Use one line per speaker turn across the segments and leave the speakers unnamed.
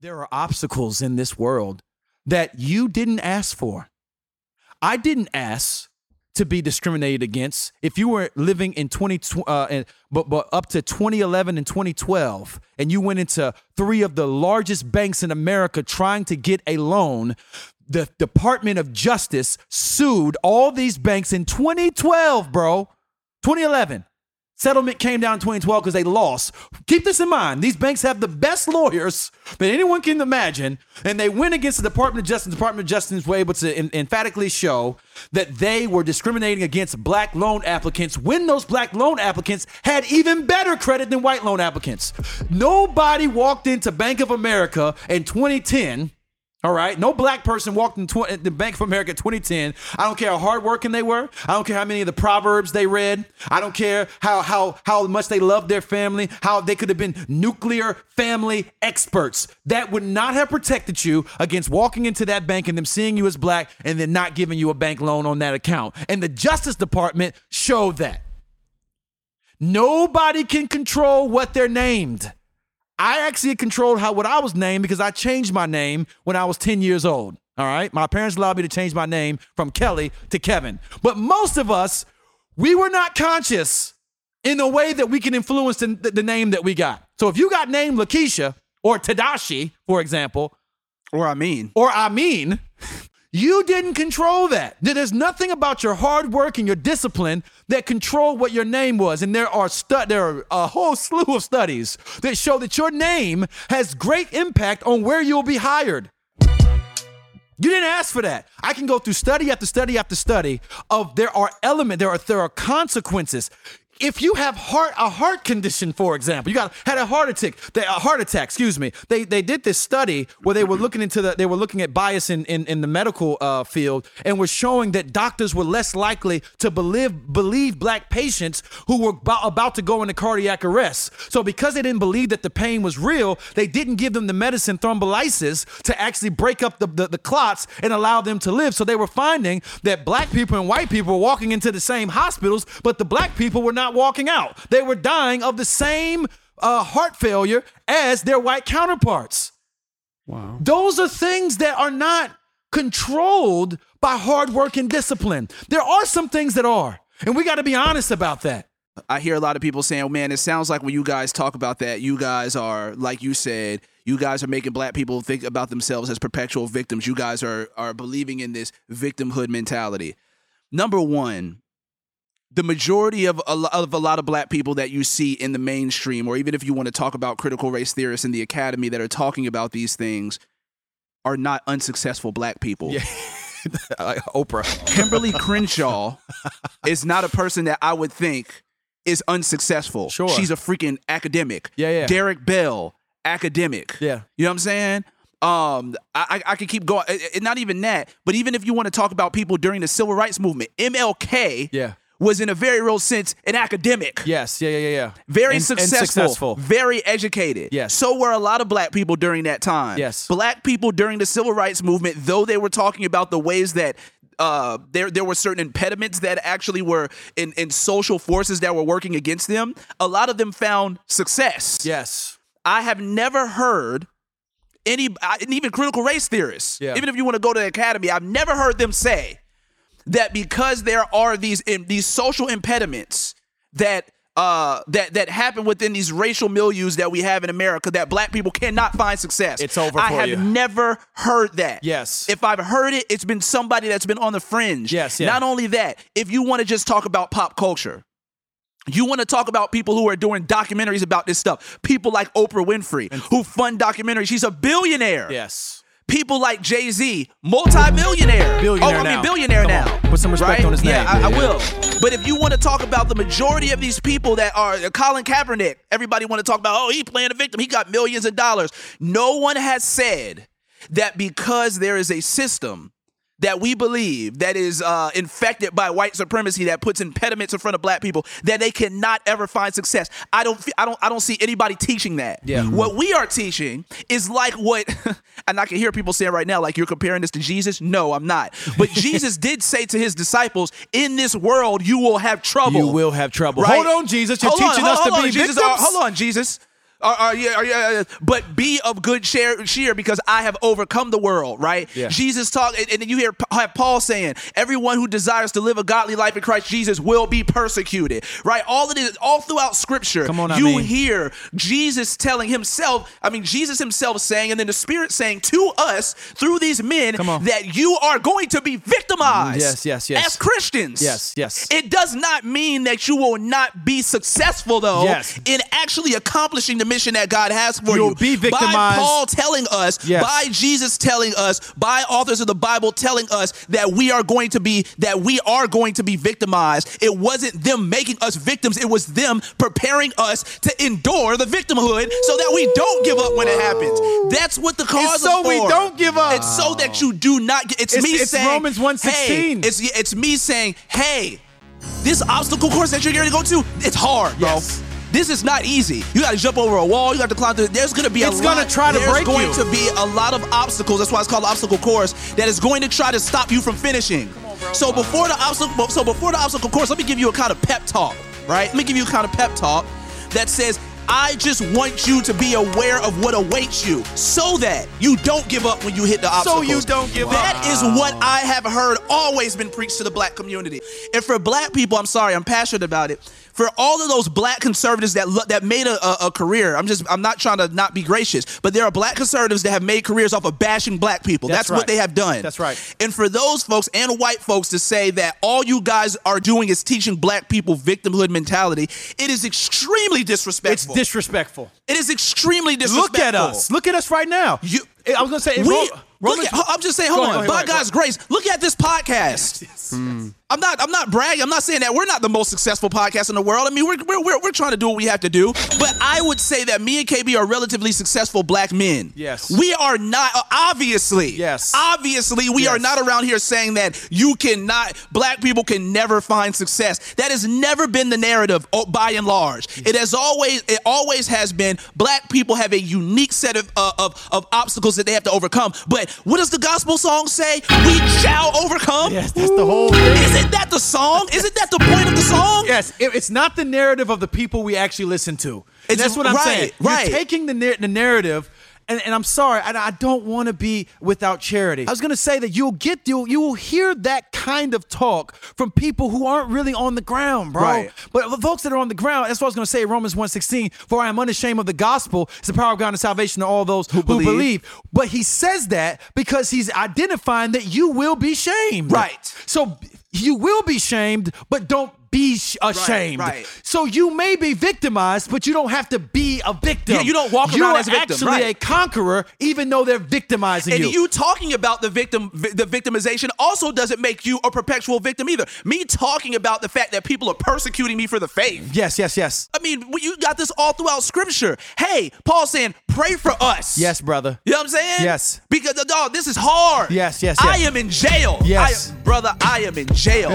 There are obstacles in this world that you didn't ask for. I didn't ask to be discriminated against. If you were living in 20, tw- uh, and, but, but up to 2011 and 2012, and you went into three of the largest banks in America trying to get a loan, the Department of Justice sued all these banks in 2012, bro. 2011. Settlement came down in 2012 because they lost. Keep this in mind. These banks have the best lawyers that anyone can imagine, and they went against the Department of Justice. The Department of Justice were able to en- emphatically show that they were discriminating against black loan applicants when those black loan applicants had even better credit than white loan applicants. Nobody walked into Bank of America in 2010 all right. No black person walked in tw- the Bank of America 2010. I don't care how hardworking they were. I don't care how many of the proverbs they read. I don't care how how how much they loved their family. How they could have been nuclear family experts. That would not have protected you against walking into that bank and them seeing you as black and then not giving you a bank loan on that account. And the Justice Department showed that. Nobody can control what they're named. I actually controlled how what I was named because I changed my name when I was 10 years old. All right. My parents allowed me to change my name from Kelly to Kevin. But most of us, we were not conscious in a way that we can influence the, the name that we got. So if you got named Lakeisha or Tadashi, for example,
Or I mean,
or I mean, you didn't control that. There- There's nothing about your hard work and your discipline that control what your name was. And there are stu- there are a whole slew of studies that show that your name has great impact on where you'll be hired. You didn't ask for that. I can go through study after study after study of there are element, there are there are consequences. If you have heart a heart condition, for example, you got had a heart attack, they, a heart attack, excuse me. They they did this study where they were looking into the they were looking at bias in in, in the medical uh, field and was showing that doctors were less likely to believe believe black patients who were bo- about to go into cardiac arrest. So because they didn't believe that the pain was real, they didn't give them the medicine thrombolysis to actually break up the, the, the clots and allow them to live. So they were finding that black people and white people were walking into the same hospitals, but the black people were not walking out. They were dying of the same uh, heart failure as their white counterparts. Wow. Those are things that are not controlled by hard work and discipline. There are some things that are, and we got to be honest about that.
I hear a lot of people saying, "Man, it sounds like when you guys talk about that, you guys are like you said, you guys are making black people think about themselves as perpetual victims. You guys are are believing in this victimhood mentality." Number 1, the majority of a, lo- of a lot of black people that you see in the mainstream or even if you want to talk about critical race theorists in the academy that are talking about these things are not unsuccessful black people.
like Oprah.
Kimberly Crenshaw is not a person that I would think is unsuccessful.
Sure.
She's a freaking academic.
Yeah, yeah.
Derek Bell, academic.
Yeah.
You know what I'm saying? Um, I, I, I could keep going. I- I- not even that, but even if you want to talk about people during the civil rights movement, MLK
Yeah.
was in a very real sense an academic.
Yes. Yeah. Yeah. Yeah. yeah. And-
Very
and
successful,
successful.
very educated.
Yes.
So were a lot of black people during that time.
Yes.
Black people during the civil rights movement, though they were talking about the ways that uh, there there were certain impediments that actually were in, in social forces that were working against them. A lot of them found success.
Yes.
I have never heard any, I- and even critical race theorists,
Yeah.
even if you want to go to the academy, I've never heard them say that because there are these in, these social impediments that uh that that happen within these racial milieus that we have in America that black people cannot find success.
It's over
I
for
have
you.
never heard that.
Yes.
If I've heard it, it's been somebody that's been on the fringe.
Yes, yeah.
Not only that, if you want to just talk about pop culture, you want to talk about people who are doing documentaries about this stuff. People like Oprah Winfrey, who fund documentaries. She's a billionaire.
Yes.
People like Jay Z, multi-millionaire.
Billionaire
oh, I
now.
mean billionaire
Come
now.
on. Put some respect
right?
on his
Yeah,
name.
I, I
Yeah.
will. But if you want to talk about the majority of these people that are uh, Colin Kaepernick, everybody want to talk about. Oh, he playing a victim. He got millions of dollars. No one has said that because there is a system that we believe that is uh, infected by white supremacy that puts impediments in front of black people that they cannot ever find success. I don't fe- I don't I don't see anybody teaching that.
Yeah.
What we are teaching is like what and I can hear people saying right now like you're comparing this to Jesus. No, I'm not. But Jesus did say to his disciples, "In this world you will have trouble."
You will have trouble.
Right?
Hold on, Jesus. You're
Hold on,
teaching us
hold on,
to
hold
be
on, Jesus.
victims.
Hold on, Jesus. Are, are, yeah, are, yeah, yeah. but be of good cheer, cheer because I have overcome the world, right?
Yeah.
Jesus talk, and, and then you hear Pa- have Paul saying, everyone who desires to live a godly life in Christ Jesus will be persecuted, right? All it is, all throughout Scripture,
Come on, I
you
mean.
hear Jesus telling himself, I mean, Jesus himself saying, and then the Spirit saying to us through these men
Come on.
that you are going to be victimized.
Yes, yes, yes.
As Christians.
Yes, yes.
It does not mean that you will not be successful, though,
Yes.
in actually accomplishing the mission that God has for
You'll
you.
be
By
victimized.
Paul telling us,
Yes.
by Jesus telling us, by authors of the Bible telling us that we are going to be that we are going to be victimized. It wasn't them making us victims. It was them preparing us to endure the victimhood so that we don't give up when it happens. That's what the cause
It's so
is
we
for.
don't give up.
It's so that you do not get. It's,
It's-
me
it's
saying
Romans 1:16.
Hey, it's it's me saying, hey, this obstacle course that you're going to go to, it's hard, bro.
Yes.
This is not easy. You got to jump over a wall. You got to climb through. There's going to be a
It's
lot.
gonna try to
there's
break
going
you.
to be a lot of obstacles. That's why it's called obstacle course. That is going to try to stop you from finishing. so before the obstacle, so before the obstacle course, let me give you a kind of pep talk, right? Let me give you a kind of pep talk that says. I just want you to be aware of what awaits you so that you don't give up when you hit the obstacles.
you don't give up.
That is what I have heard always been preached to the black community. And for black people, I'm sorry, I'm passionate about it. For all of those black conservatives that lo- that made a, a, a career, I'm just I'm not trying to not be gracious, but there are black conservatives that have made careers off of bashing black people. That's,
That's
what
right.
they have done.
That's right.
And for those folks and white folks to say that all you guys are doing is teaching black people victimhood mentality, it is extremely
It's
disrespectful.
disrespectful.
it is extremely
Look
disrespectful.
at us. Look at us right now.
You-
I was gonna say,
We,
Ro- Romans-
look at, I'm just saying,
Go
hold
ahead,
on.
go ahead,
By
go ahead,
God's grace, look at this podcast. I'm not. I'm not bragging. I'm not saying that we're not the most successful podcast in the world. I mean, we're we're we're, we're trying to do what we have to do. But I would say that me and KB are relatively successful black men.
Yes.
We are not. Obviously.
Yes.
Obviously, we are
Yes.
not around here saying that you cannot. Black people can never find success. That has never been the narrative. oh, By and large, it has always. It always has been. Black people have a unique set of uh, of of obstacles that they have to overcome. But what does the gospel song say? We shall overcome.
yes, that's the whole thing.
Isn't that the song? Isn't that the point of the song?
Yes, it, it's not the narrative of the people we actually listen to. And
It's-
that's what I'm
right,
saying.
right.
You're taking the, nar- the narrative, and, and I'm sorry, I, I don't want to be without charity. I was going to say that you'll get you you will hear that kind of talk from people who aren't really on the ground, bro.
Right.
But the folks that are on the ground, that's what I was going to say. Romans 1.16, for I am unashamed of the gospel. It's the power of God and salvation to all those who,
believe.
believe. But he says that because he's identifying that you will be shamed.
Right.
So you will be shamed, but don't be sh- ashamed.
right.
So you may be victimized, but you don't have to be a victim.
Yeah, you don't walk
You're
around as a victim,
actually a
right.
conqueror, even though they're victimizing
And
you.
you. talking about the victim, vi- the victimization also doesn't make you a perpetual victim either. Me talking about the fact that people are persecuting me for the faith.
Yes, yes, yes.
I mean, we- you got this all throughout Scripture. Hey, Paul saying, pray for us.
Yes, brother.
You know what I'm saying?
Yes.
Because uh, dog, this is hard.
Yes, yes,
I
yes.
am in jail.
Yes.
I, brother, I am in jail.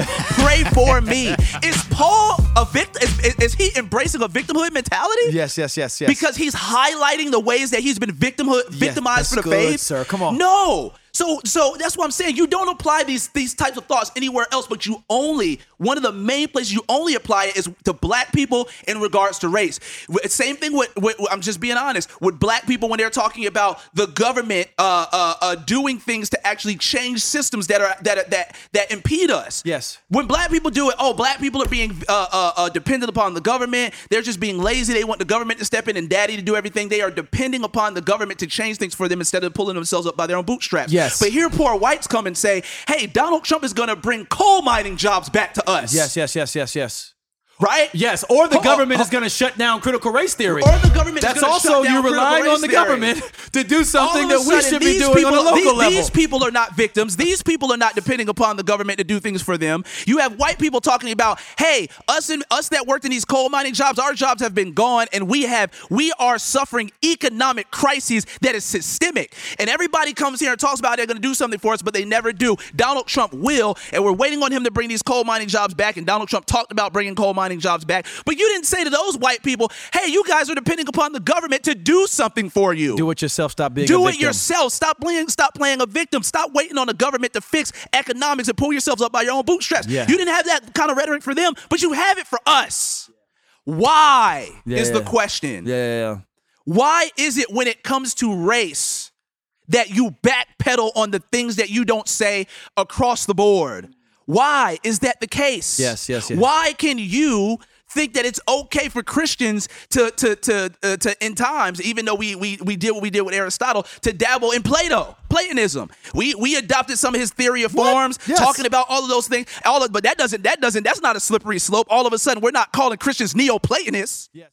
Pray for me. Is Paul a victim? Is, is, is he embracing a victimhood mentality?
Yes, yes, yes, yes.
because he's highlighting the ways that he's been victimhood, victimized
that's
for the
good,
faith.
sir. Come on.
No. So so that's what I'm saying. You don't apply these these types of thoughts anywhere else, but you only one of the main places you only apply it is to black people in regards to race. W- Same thing with, with I'm just being honest with black people when they're talking about the government uh, uh, uh, doing things to actually change systems that are that are- that that impede us.
Yes.
When black people do it, oh, black people are being uh, uh, uh, dependent upon the government. They're just being lazy. They want the government to step in and daddy to do everything. They are depending upon the government to change things for them instead of pulling themselves up by their own bootstraps.
Yes.
But here, poor whites come and say, hey, Donald Trump is going to bring coal mining jobs back to us.
yes, yes, yes, yes, yes. oh,
Right?
Yes, or the
Hold on,
government is
hold-
going to shut down critical race theory.
Or the government is
That's
gonna
also
shut down
you're
critical
relying
race
on the
theory.
government to do
All
something
of a
that we
sudden,
should be
these
doing
people,
on a local
these,
level.
These people are not victims. These people are not depending upon the government to do things for them. You have white people talking about, hey, us and us that worked in these coal mining jobs, our jobs have been gone, and we have we are suffering economic crises that is systemic. And everybody comes here and talks about they're going to do something for us, but they never do. Donald Trump will, and we're waiting on him to bring these coal mining jobs back. And Donald Trump talked about bringing coal mining jobs back, but you didn't say to those white people, hey, you guys are depending upon the government to do something for you.
do it yourself. Stop being a
Do it
victim.
yourself. Stop playing. Stop playing a victim. Stop waiting on the government to fix economics and pull yourselves up by your own bootstraps.
Yeah.
You didn't have that kind of rhetoric for them, but you have it for us. Why
Yeah,
is the
yeah.
question?
Yeah, yeah, yeah.
Why is it when it comes to race that you backpedal on the things that you don't say across the board? Why is that the case?
Yes, yes, yes.
Why can you think that it's okay for Christians to to to uh, to in times, even though we we we did what we did with Aristotle, to dabble in Plato, Platonism? We we adopted some of his theory of
What?
forms,
Yes.
talking about all of those things. All of, but that doesn't that doesn't that's not a slippery slope. All of a sudden, we're not calling Christians Neoplatonists.
Yes.